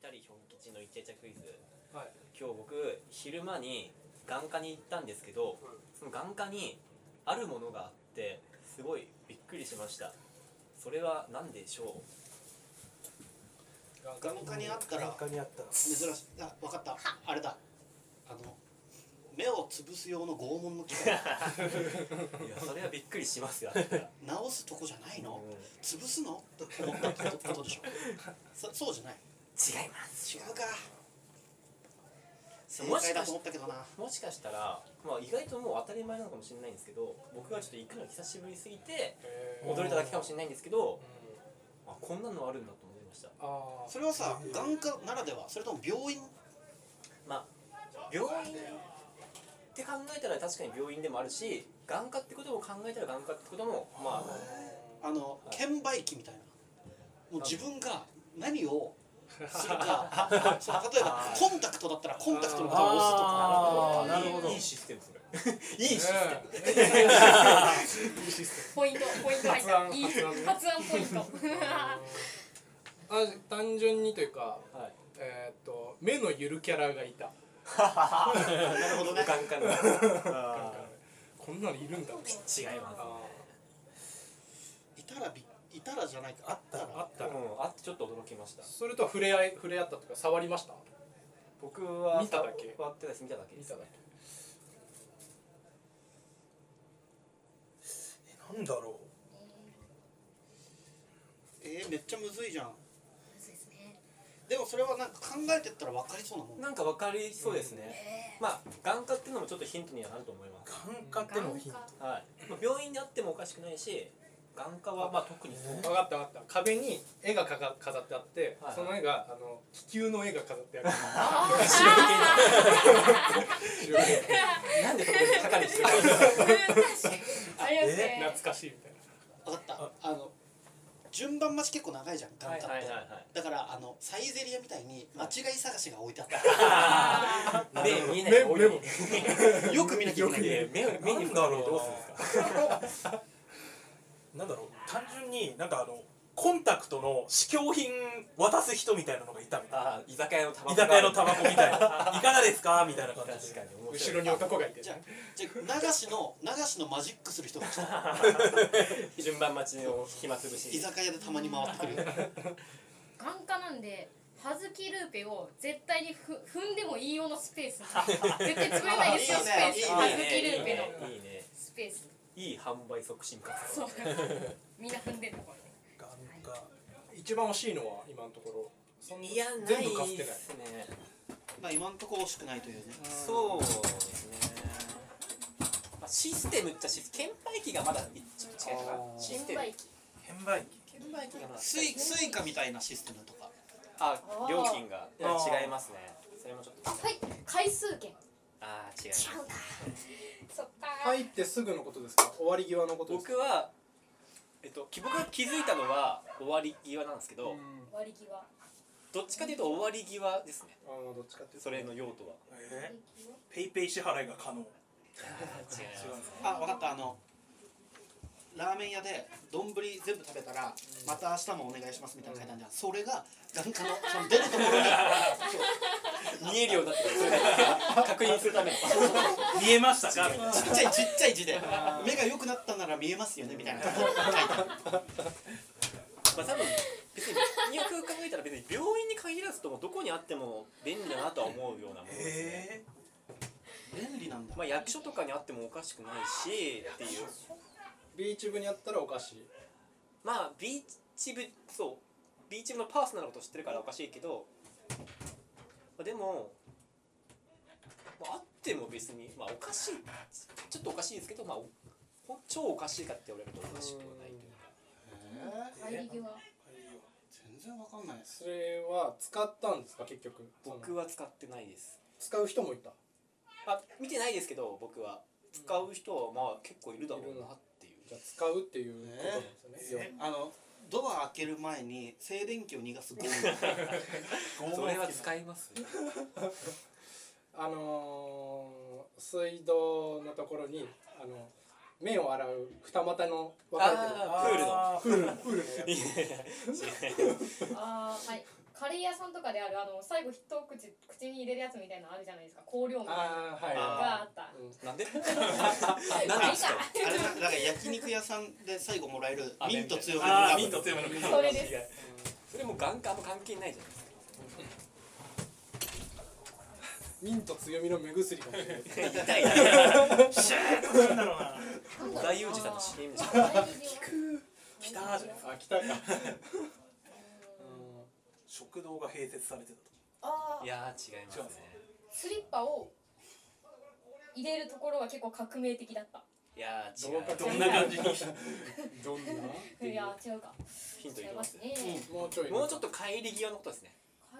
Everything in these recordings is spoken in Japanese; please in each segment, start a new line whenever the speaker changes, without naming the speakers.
たり兵庫基地のイチャイチャクイズ
はい
今日僕昼間に眼科に行ったんですけどその眼科にあるものがあってすごいびっくりしましたそれは何でしょ
眼科にあったら
眼科にあったら
珍しいあ分かったあれだあの目を潰す用の拷問の機 械
ういやそれはびっくりしますよあったら
直すとこじゃないの
うん
潰すのって思ったことでしょそそうじゃない
違います
違うか正
もし
解
か
だ
し
と思ったけどな
もしかしたら、まあ、意外ともう当たり前なのかもしれないんですけど僕がちょっと行くの久しぶりすぎて驚いただけかもしれないんですけどあこんなのあるんだと思いました
ああ
それはさ眼科ならではそれとも病院
まあ病院って考えたら確かに病院でもあるし眼科ってことを考えたら眼科ってこともま
あの券売機みたいなもう自分が何をする かその例えばコンタクトだったらコンタクトのボタンを押すとか
あ
あーなるほど
いいいいシステムそれ いいシステム
ポイントポイント入
発
った
案
いい発
発案ね
案ポイント
あ単純にというか
はい
えーっと目のゆるキャラがいた
なるほどね
眼 科のあ
こんなのいるんだ
ー違いま
あ
いたらびいたらじゃないかあった
ーあ
ら
った
す
ら
うんあってちょっと驚きました
それとは触れ合い触れ合ったとか触りました
僕は
見ただけ
触ってないです見ただけで
見
す
ただけ
なんだろ
えー、めっちゃむずいじゃん
そうですね
でもそれはなんか考えてったら分かりそうなもん
なんか分かりそうですね、
え
まあ眼科っていうのもちょっとヒントにはなると思います
う眼科っ
ー
てのもヒン
眼
ト
科
はい、まあ、病院であってもおかしくないし眼科はまあ特にそう
分かった分かった壁に絵がかか飾ってあって、
はいはい
その絵があの気球の絵が飾ってある
なんでそこで係してるの
ありますね
懐かしいみたいな
分かったあの順番待ち結構長いじゃん眼科って、
はいはいはい
だからあのサイゼリアみたいに間違い探しが置いてあ った、
あ
目見えない方が多い
目目も
よく見なきゃいけない
や 目を目に向かってどうするんですか
なんだろう単純になんかあのコンタクトの試供品渡す人みたいなのがいたみたい
ああ居酒屋のタバコ
な居酒屋のタバコみたいないかがですかみたいな感じ
確か
で
に面
後
白
ろ
い
に男がいて
じゃあじゃあ流しの流しのマジックする人が来た
順番待ちの暇つぶ
居
し
酒屋でたまに回ってくる
ー眼科なんで葉月ルーペを絶対にふ踏んでもいいようなスペース絶対潰れないですよスペー
いい
ス
ね
葉
いい
月ル
いい
ーペ
ね
の
いいね
スペース
いい販売促進活
そ
動
うみんな踏んでるのこれ
眼科
一番惜しいのは今のところそんない
やな
全部
い
貸して
で
ない
すね
まあ今んとこ惜しくないというね
そうですねまあシステムっちゃシス券売機がまだちょっと違うかな
あー
システム
機
券売機
券売機がまだ
スイスイカみたいなシステムとか
あ
あー
料金がいや違いますねそれもちょっと
あはい回数券違
ああ違う
うかそっか
入ってすぐのことですか終わり際のことです
僕
か
はえっとき僕が気づいたのは終わり際なんですけど、
うん
割り際
どっちかというと終わり際ですね
あのどっちかっていうと
それの用途は
え
割り際
ーペイペイ支払いが可能違
違い
うんですか
あ分かったあのラーメン屋で丼全部食べたらまた明日もお願いしますみたいなの書いてあるじゃんそれが眼科のその出るところに
見えるようになってるそれ確認するために
見えましたかみたいな
ちっちゃいちっちゃい字で目が良くなったなら見えますよねみたいなところに書いてある
まあ多分別によく考えたら別に病院に限らずともどこにあっても便利だなとは思うようなものですね、
へえ
便利なんだ
まあ、役所とかにあってもおかしくないしっていう
ビーチ部にあったらお菓子
まあビーチ部そうビーチ部のパーソナルのこと知ってるからおかしいけど、まあ、でも、まあ、あっても別にまあおかしいちょっとおかしいですけどまあおほん超おかしいかって言われるとおかしくはないというか
割り際
全然わかんないです
それは使ったんですか結局
僕は使ってないです
使う人もいた
あ見てないですけど僕は使う人はまあ結構いるだろうなっていう
じゃあ使うっていうことなんですよね、
あのドア開ける前に静電気を逃がすゴム
それは使います
あのー水道のところにあの面を洗う二股の分かれてる
あープールの
あ
プールプールのや
いやいや
ああはいカレー屋さんとかであるあの最後一口口に入れるやつみたいなのあるじゃないですか香料みたいなの
ああは
あ
い
があった
うん
なんで
あ
なんで
れ
ですか
か
あれだなんか焼肉屋さんで最後もらえる
あ
ミント強めの
あ
ラ
あ
ブ
ミント強めの
それです
それもう眼科も関係ないじゃないですか
ミント強みの目薬かもしれないですね
痛いな
シャーッとなんだろうな
なんだろうな
大雄二さんの CM じゃん
来たじゃん
あ来たか
食堂が併設されてたと
あ
い
ー
やー違いますね
スリッパを入れるところは結構革命的だった
いやー違
どうか
う
と思
ど
うん
な感 じに
どんな
いや違うか
ヒントい
違い
き
ま
ますす
ね
もうちょい
もうちょっ
と
と帰り際のことですね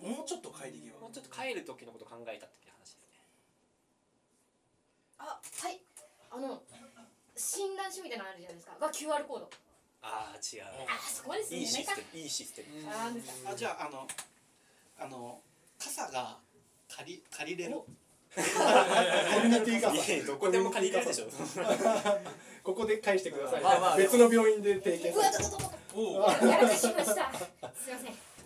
もうちょっと帰り際
もうちょっと帰る時のこと考えたっていう話ですね
あはいあの診断書みたいなのあるじゃないですかが QR コード
ああ違
あーそこまで
う
す
いい
ね
シス
なか
テムいいシステム
あー出た
あじゃああのあの傘が借り借りれる
お
コミュニティ傘
いやどこでも借りれるでしょ
ここで返してください、
まあまあ
別の病院で提携
うわちょっとちょっ
お
とやらかしましたすいません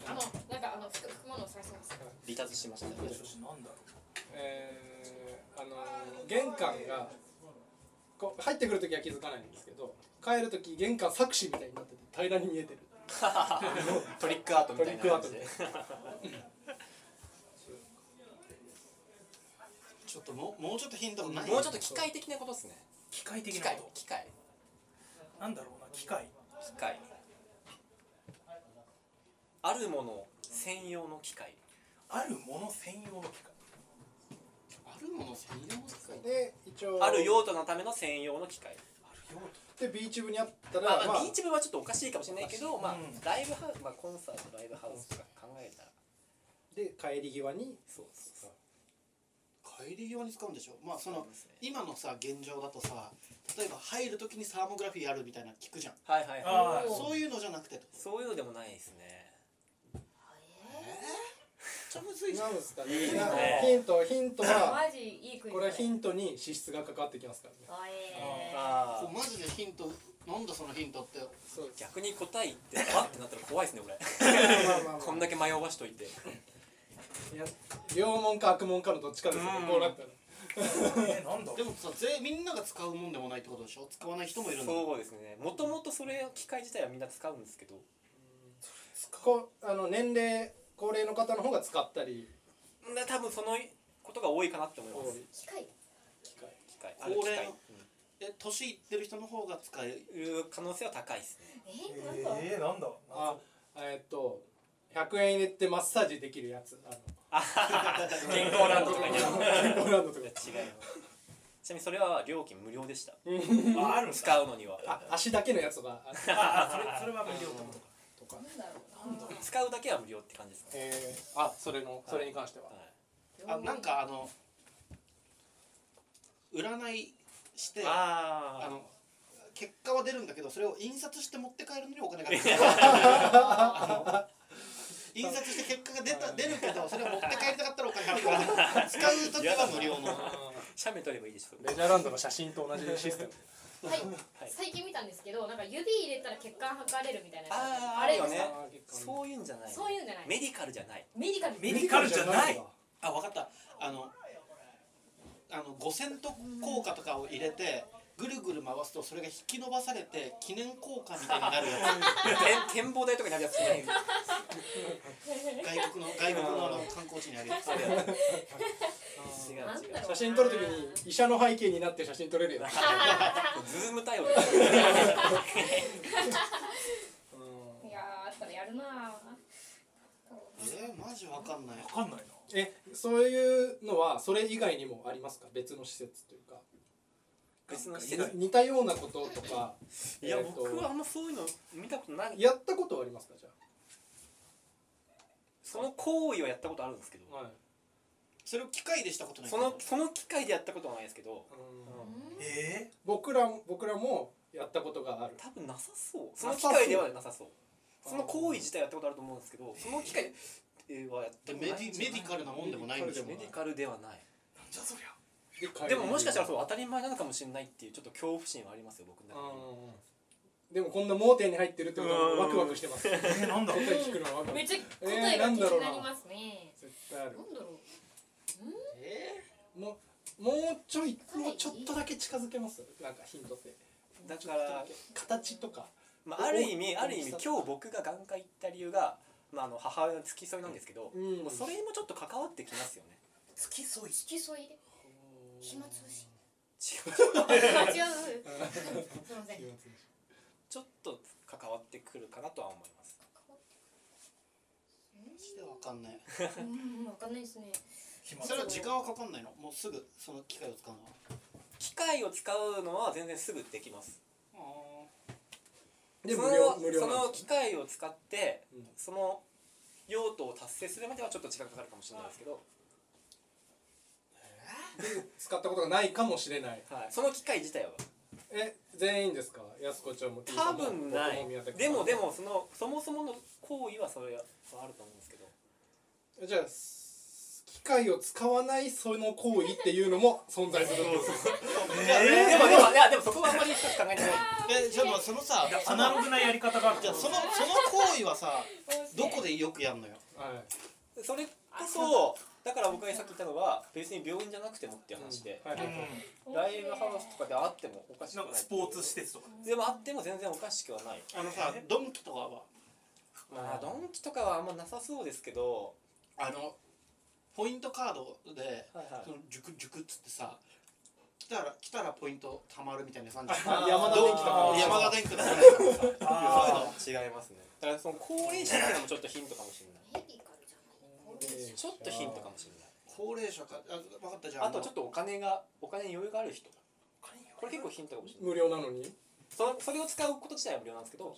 あのなんかあの服服物を探してます
離脱しましたね
なんだろ
えーあのー玄関がこう入ってくる時は気づかないんですけど帰る時玄関錯視みたいになってて平らに見えてる
トリックアートみたいな感じ
トリ
で
ッ
ちょっともうもうちょっとヒントない
もうちょっと機械的なことですね
う機械的
機
な
械
こ
機械
となんだろうな機械
機械あるもの専用の機械
あるもの専用の機械
あるもの専用の機械
で一応
ある用途のための専用の機械
あるよ
でビーチ部にあったら、
まあ
ま
ま
あ
あ、ビーチ部はちょっとおかしいかもしれないけど、まあ
うん、
ライブハウス、まあ、コンサートライブハウスとか考えたら
で帰り際 に
そうそうそう
帰り用に使うんでしょまあその
そうですね
今のさ現状だとさ例えば入るときにサーモグラフィーやるみたいなの聞くじゃん
はいはいはい
あ
お
あ
ー
そういうのじゃなくて
そういうのでもないですね
ちゃむずい
なんですかね
いいね
なんかヒントヒントは
マジいい国
これはヒ
ン
ントに資質がかかってきますからね
あえー
あ
こうマジでヒントなんだそのヒントって
そうです
逆に答え言ってあってなったら怖いですね 俺
まあまあまあ
こんだけ迷わしといて
いや良門か悪門かのどっちかですよね
うん
こうなったら
えーなんだろ
で
う
もさぜみんなが使うもんでもないってことでしょ使わない人もいるんだ
そうですねもともとそれ機械自体はみんな使うんですけど
こうあの年齢高齢の方の方が使ったり
な多分そのことが多いかなって思います
機械
機械
機械
高齢の
ある
え年いってる人の方が使え
機械いう可能性は高いですね
えーなんだ
えーなんだ
あえーっと100円入れてマッサージできるやつあ の
健康ランドとか にある
健康ランドとか
違うちなみにそれは料金無料でした
ああるんすか
使うのには
あ足だけのやつとかあ
ああそれそれは無料ってことか
とか
なんだろう
使うだけは無料って感じですかね、
えー、あそれのそれに関しては
はい
な
あなんかあの占いしてあ
あー
の結果は出るんだけどそれを印刷して持って帰るのにお金がかかるあ の印刷して結果が出た出るけどそれを持って帰りたかったらお金払うから使う時は無料の
写メ撮ればいいですよ
レジャーランドの写真と同じシステム
はい
はい
最近見たんですけどなんか指入れたら血管測れるみたいなやつ
あー
あれ
あるよ
で
ね
す
そういうんじゃない
そういうんじゃない
メディカルじゃない
メディカル
メディカルじゃない
あ分かったあのあの五線と効果とかを入れてぐるぐる回すとそれが引き伸ばされて記念効果みたいになるや
て 展望台とかにあるやつじゃない
つ外国の外国のあの観光地にあるやつ
そうだよね違
なん
う違
だろう
写真撮るときに医者の背景になって写真撮れるやつ
うズーム 対応
うん
いやーあったらやるな
えー、マジわかんない
わかんないな
えそういうのはそれ以外にもありますか別の施設というか
別の施
に
設
似たようなこととか
いや
えーっと
僕はあんまそういうの見たことない
やったことはありますかじゃ
その行為はやったことあるんですけど
あ、はい
それを機械でしたことない
そのその機会でやったことはないですけど
うん
うん
え
僕ら僕らもやったことがある
多分なさそうその機会ではなさそうその行為自体はやったことあると思うんですけどその機会ではやった
で
こ
メ
とないん
ディ
じ
メ
ゃな
デ
い
ィカルなもんでもないんでも
メディカルではない
ーなんじゃそりゃ
でももしかしたら
そ
そう当たり前なのかもしれないっていうちょっと恐怖心はありますよ僕の中で
でもこんな盲点に入ってるってことは
うん
ワクワクしてます答
えー、なんだ
え聞くのはワクワク
めっちゃ
えー
答えが気になりますね。
絶対ある
なんだろう。
え
もうもうちょいもうちょっとだけ近づけますなんかヒントって
だから、
形とか
まあ、ある意味
お
ある意味
大きさ
今日僕が眼科行った理由が、まあ、あの母親の付き添いなんですけど、
うん
もうそれもちょっと関わってきますよね
付き添い
付き添いで。暇つぶし。
違う
あ違う。すみません。
ちょっと関わってくるかなとは思います
マジでわかんない
うん、わかんないですね。
暇
それは時間はかかんないのもうすぐその機械を使うのは
機械を使うのは全然すぐできます
で
そ
無
の
料無料
そ
なん
の
です
機
よ
械を使って、
うん
その用途を達成するまではちょっと時間かかるかもしれないですけど、
使ったことがないかもしれない
はい、その機械自体は
え全員ですか安子ちゃんもティーさ
多
んも
分ない
僕も宮崎さん
でもでもそのそもそもの行為はそれはあると思うんですけど
じゃあす機械を使わないその行為っていうのも存在するんですよ
いやでもでもいやでもそこはあんまり深く考えてない
えじゃあまあそのさ
ア
その
ナログなやり方がある
じゃあそのその行為はさどこ
で。
でよくやんのよ
はい
それこそだから僕がさっき言ったのは別に病院じゃなくてもっていう話で、
はいは
う
い
ん
ライブハウスとかであってもおかしく
な
ない
んかスポーツ施設とか
でもあっても全然おかしくはない
あのさドンキとかは
まあドンキとかはあんまなさそうですけど
あのポイントカードで
はいはい
その熟熟っつってさ来たら来たらポイント貯まるみたいな感じ
あ
山田電機とか
どう山田電機とか
あ
違いますねだからその高齢者からもちょっとヒントかもしれない
ヘビからじゃない。
ちょっとヒントかもしれない
高齢者かあ分かったじゃん
あとちょっとお金がお金に余裕がある人これ結構ヒントかもしれない
無料なのに
そのそれを使うこと自体は無料なんですけど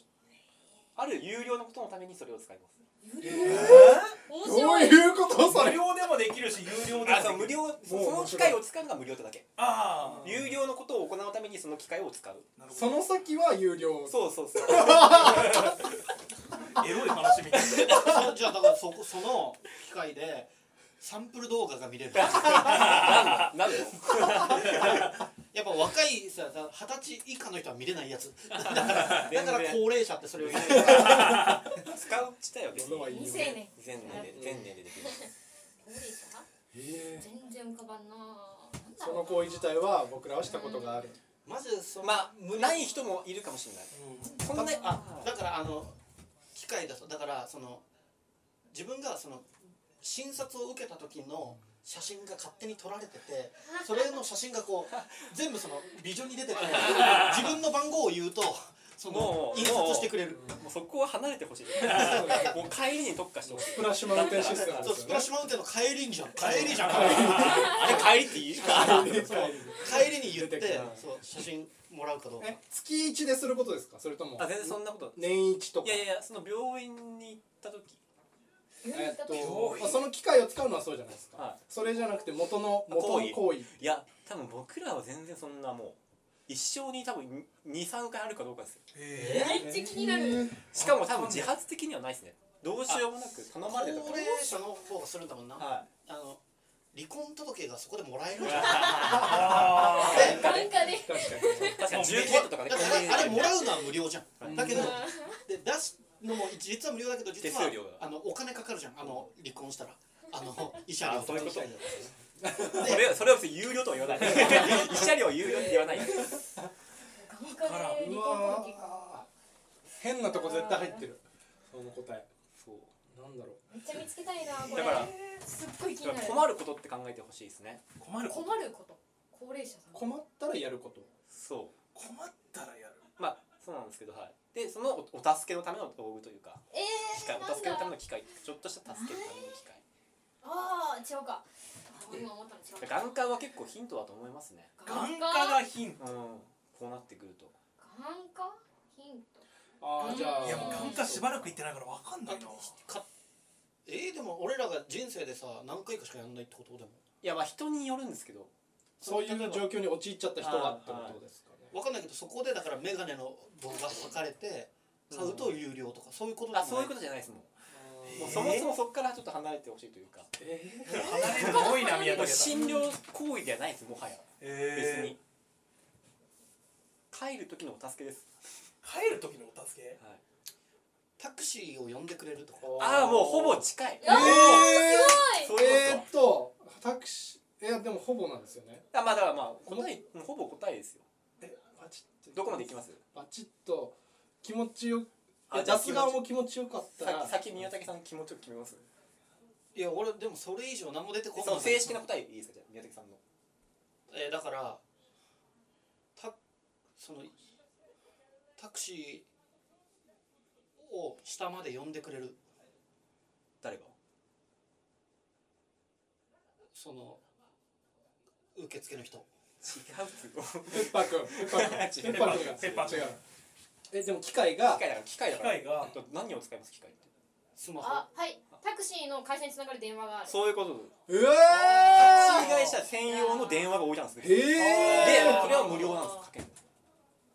ある有料のことのためにそれを使います
面
どう
白い。
いうこと
ー
そ
無
れ
料でもできるし有料で
あそ
も
う
で
無
きる
料そその機械を使うのが無料ってだけ
ああ
有料のことを行うためにその機械を使う
なるほ
その先は有料
そうそうそう
どエロい話みたいな
そうじゃあだからそこその機械でサンプル動画が見れる
なんのなんの
やっぱ若いささ二十歳以下の人は見れないやつだからだから高齢者ってそれを言う
使う自体は別に
物はいい
未
よ
成年。
全年で全年でできる
高齢者。
ええ
全然浮かばんな。なんだ
そ
ろ
の
う
行為自体は僕らはしたことがある
マジでその
まあない人もいるかもしれないそんなあ
だからあの機械だとだからその自分がその診察を受けた時の写真が勝手に撮られててそれの写真がこう全部そのビジョンに出てて自分の番号を言うとその
もう
印刷してくれる
もうそこは離れて ほしいもう帰りに特化してほしい
スプラッシュマウンテンシステムで
そう
す
ス
よ
プ
ね
ラッシュマウンテンの帰りにじゃん帰りじゃん
あれ帰りっていい
帰りに言っ
出てく
て
る
そう写真もらうかどうか
え月一ですることですかそれとも
あ全然そんなこと
年一とか
いやいやいやその病院に行った時
えっと
病院
まあその機械を使うのはそうじゃないです
はい
かそれじゃなくて元の元の行為
いや多分僕らは全然そんなもう一生に多分23回あるかどうかですよ
え
めっちゃ気になる。
しかも多分自発的にはないですねどうしようもなく頼ま
高
れてとか
齢者の方がするんだもんなあ
は
の離婚届がそこでもらえる
い
んだ
あー
なんかね。
確か
確かに重
だって
慶とかね
あれあれもらうのは無料じゃん
はい
だけど
うん
で出すのも実は無料だけど実は
手数料が
あのお金かかるじゃんあの離婚したらあ の慰謝料
あそういうこと
で
それをそれを別に有料とは言わない一車両有料って言わない
眼科で離
にう
婚
わ
届か。
ー変なとこ絶対入ってるその答え
そう
なんだろ
めっちゃ見つけたいな。こ
だ
れ
から
すっごい気
だ
に
か
な
ら困る
る。
ことって考えてほしいですね
困る
困ること。高齢者さん
う。困ったらやること
そ
困ったらやる
うまあそうなんですけどはいでそのおお助けのための道具というか
え
機械
えー、
お助けの
な
た
ん
めの
だ
機械ちょっとした助けのための機械
ああ違うかあ今思ったの違う
眼科は結構ヒントだと思いますね
眼科
科
がヒン
うんこうなってくると
眼科ヒント
ああじゃ
トいやもう
あ
眼科しばらく行ってないからわかんないな
かえーでも俺らが人生でさ何回かしかやんないってことでも
いやまあ人によるんですけど
そういう状況に陥っちゃった人がってことですかね
分かんないけどそこでだから眼鏡の棒が分かれて買うと有料とかそういうことで
あ
もない
そういうことじゃないですもん
ー
もう
え
そもそもそこからちょっと離れてほしいというか
え
離れるの多いな宮
もう
崎さん
診療行為ではないですもはや別
え
に帰る時のお助けです
帰る時のお助け
タクシーを呼んでくれるとか
ああもうほぼ近い
えー、す
そ
ご
ういう
えー
こ
っとタクシーいやでもほぼなんですよね
とあまあだからまあ答えうんほぼ答えですよ
えバチッと
どこまで行きます
バチッと気持ちよ
あじゃあ
出す側も気持ちよかったら
先先宮崎さん気持ちよく決めます
いや俺でもそれ以上何も出てこ
そ
な
の
い
正式な答えいいですかじゃあ宮崎さんの
えーだからタそのタクシーを下まで呼んでくれる
誰が
その受付の
違
人
うっつうの
ペッパ ー君ペッパー君
違う
ペッパー君が
ペッパー君
違うえでも機械 が
機械だから機械だ
機
から
械が
えっと何を使います機械って
スマホ
あはいタクシーの会社につながる電話がある
そういうこと
うわ
タクシー
ー
会社専用の電話が置いたんですね
へ
で
え
これは無料なんですかける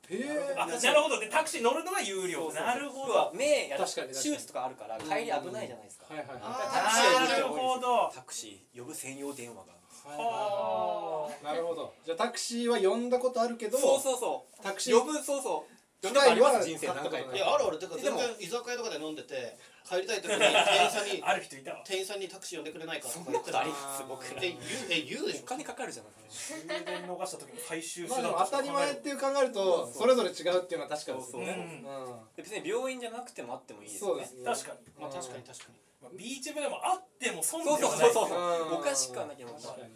へえ
あなるほどでタクシー乗るのが有料なるほどは
目やら
確かに確かに
手術とかあるから帰り危ないじゃないですか
はいはいはい
あ
タクシーを
なる
呼ぶ
ほど
タクシー呼ぶ専用電話が
は
なるほどじゃあタクシーは呼んだことあるけど
そうそうそ
タクシ
う呼
ー
ぶそうそう
機
呼んだことあ
械
りま
は
す人生何回か
いやあるあるてか
で
全
も
然居酒屋とかで飲んでて帰りたい時に店員さ んに
ある人いたわ
店員さんにタクシー呼んでくれないかと
そ
か
んな
言っ
こ
て
とあ
た
り
え
ます僕ら
言うえ言うでし
お
ょ
金かかるじゃないですか
終電逃した時の最終手
まあ
段
でも
として
当たり前っていう考えるとそれぞれ違うっていうのは確かです
そう
ね
ん
う
で別に病院じゃなくてもあってもいい
ん
です
そ
よ
う
ね
ですね
確かに、
まあ確かに確かに
まあ、ビーチ部でもあっても損で
そ
は
う
ない
そうそうそう
うん
おかしくはなきゃなっ
確かに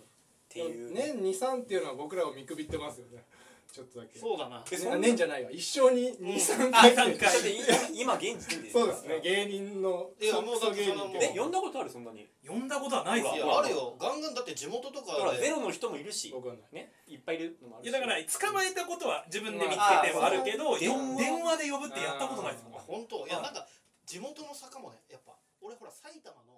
ていう
年23っていうのは僕らを見くびってますよねちょっとだけ
そうだな
えそんな
ね年じゃないわ一生に23
あ
回
三
だっ
回
てい今現時点で
そうですね芸人の
いやもうだってそれはもう
クソ芸人
え呼んだことあるそんなに
呼んだことはないです
い
よ
やあるよガンガンだって地元と
だから
か
ゼ
で
ロの人もいるし
僕はない
ねいっぱいいるのもある
い
し
やだから捕まえたことは自分で見つけてはあるけど、
あーそう
よ電話で呼ぶってやったことないですもん
本当い
は
や
い
なんか地元の坂もねやっぱ俺ほら埼玉の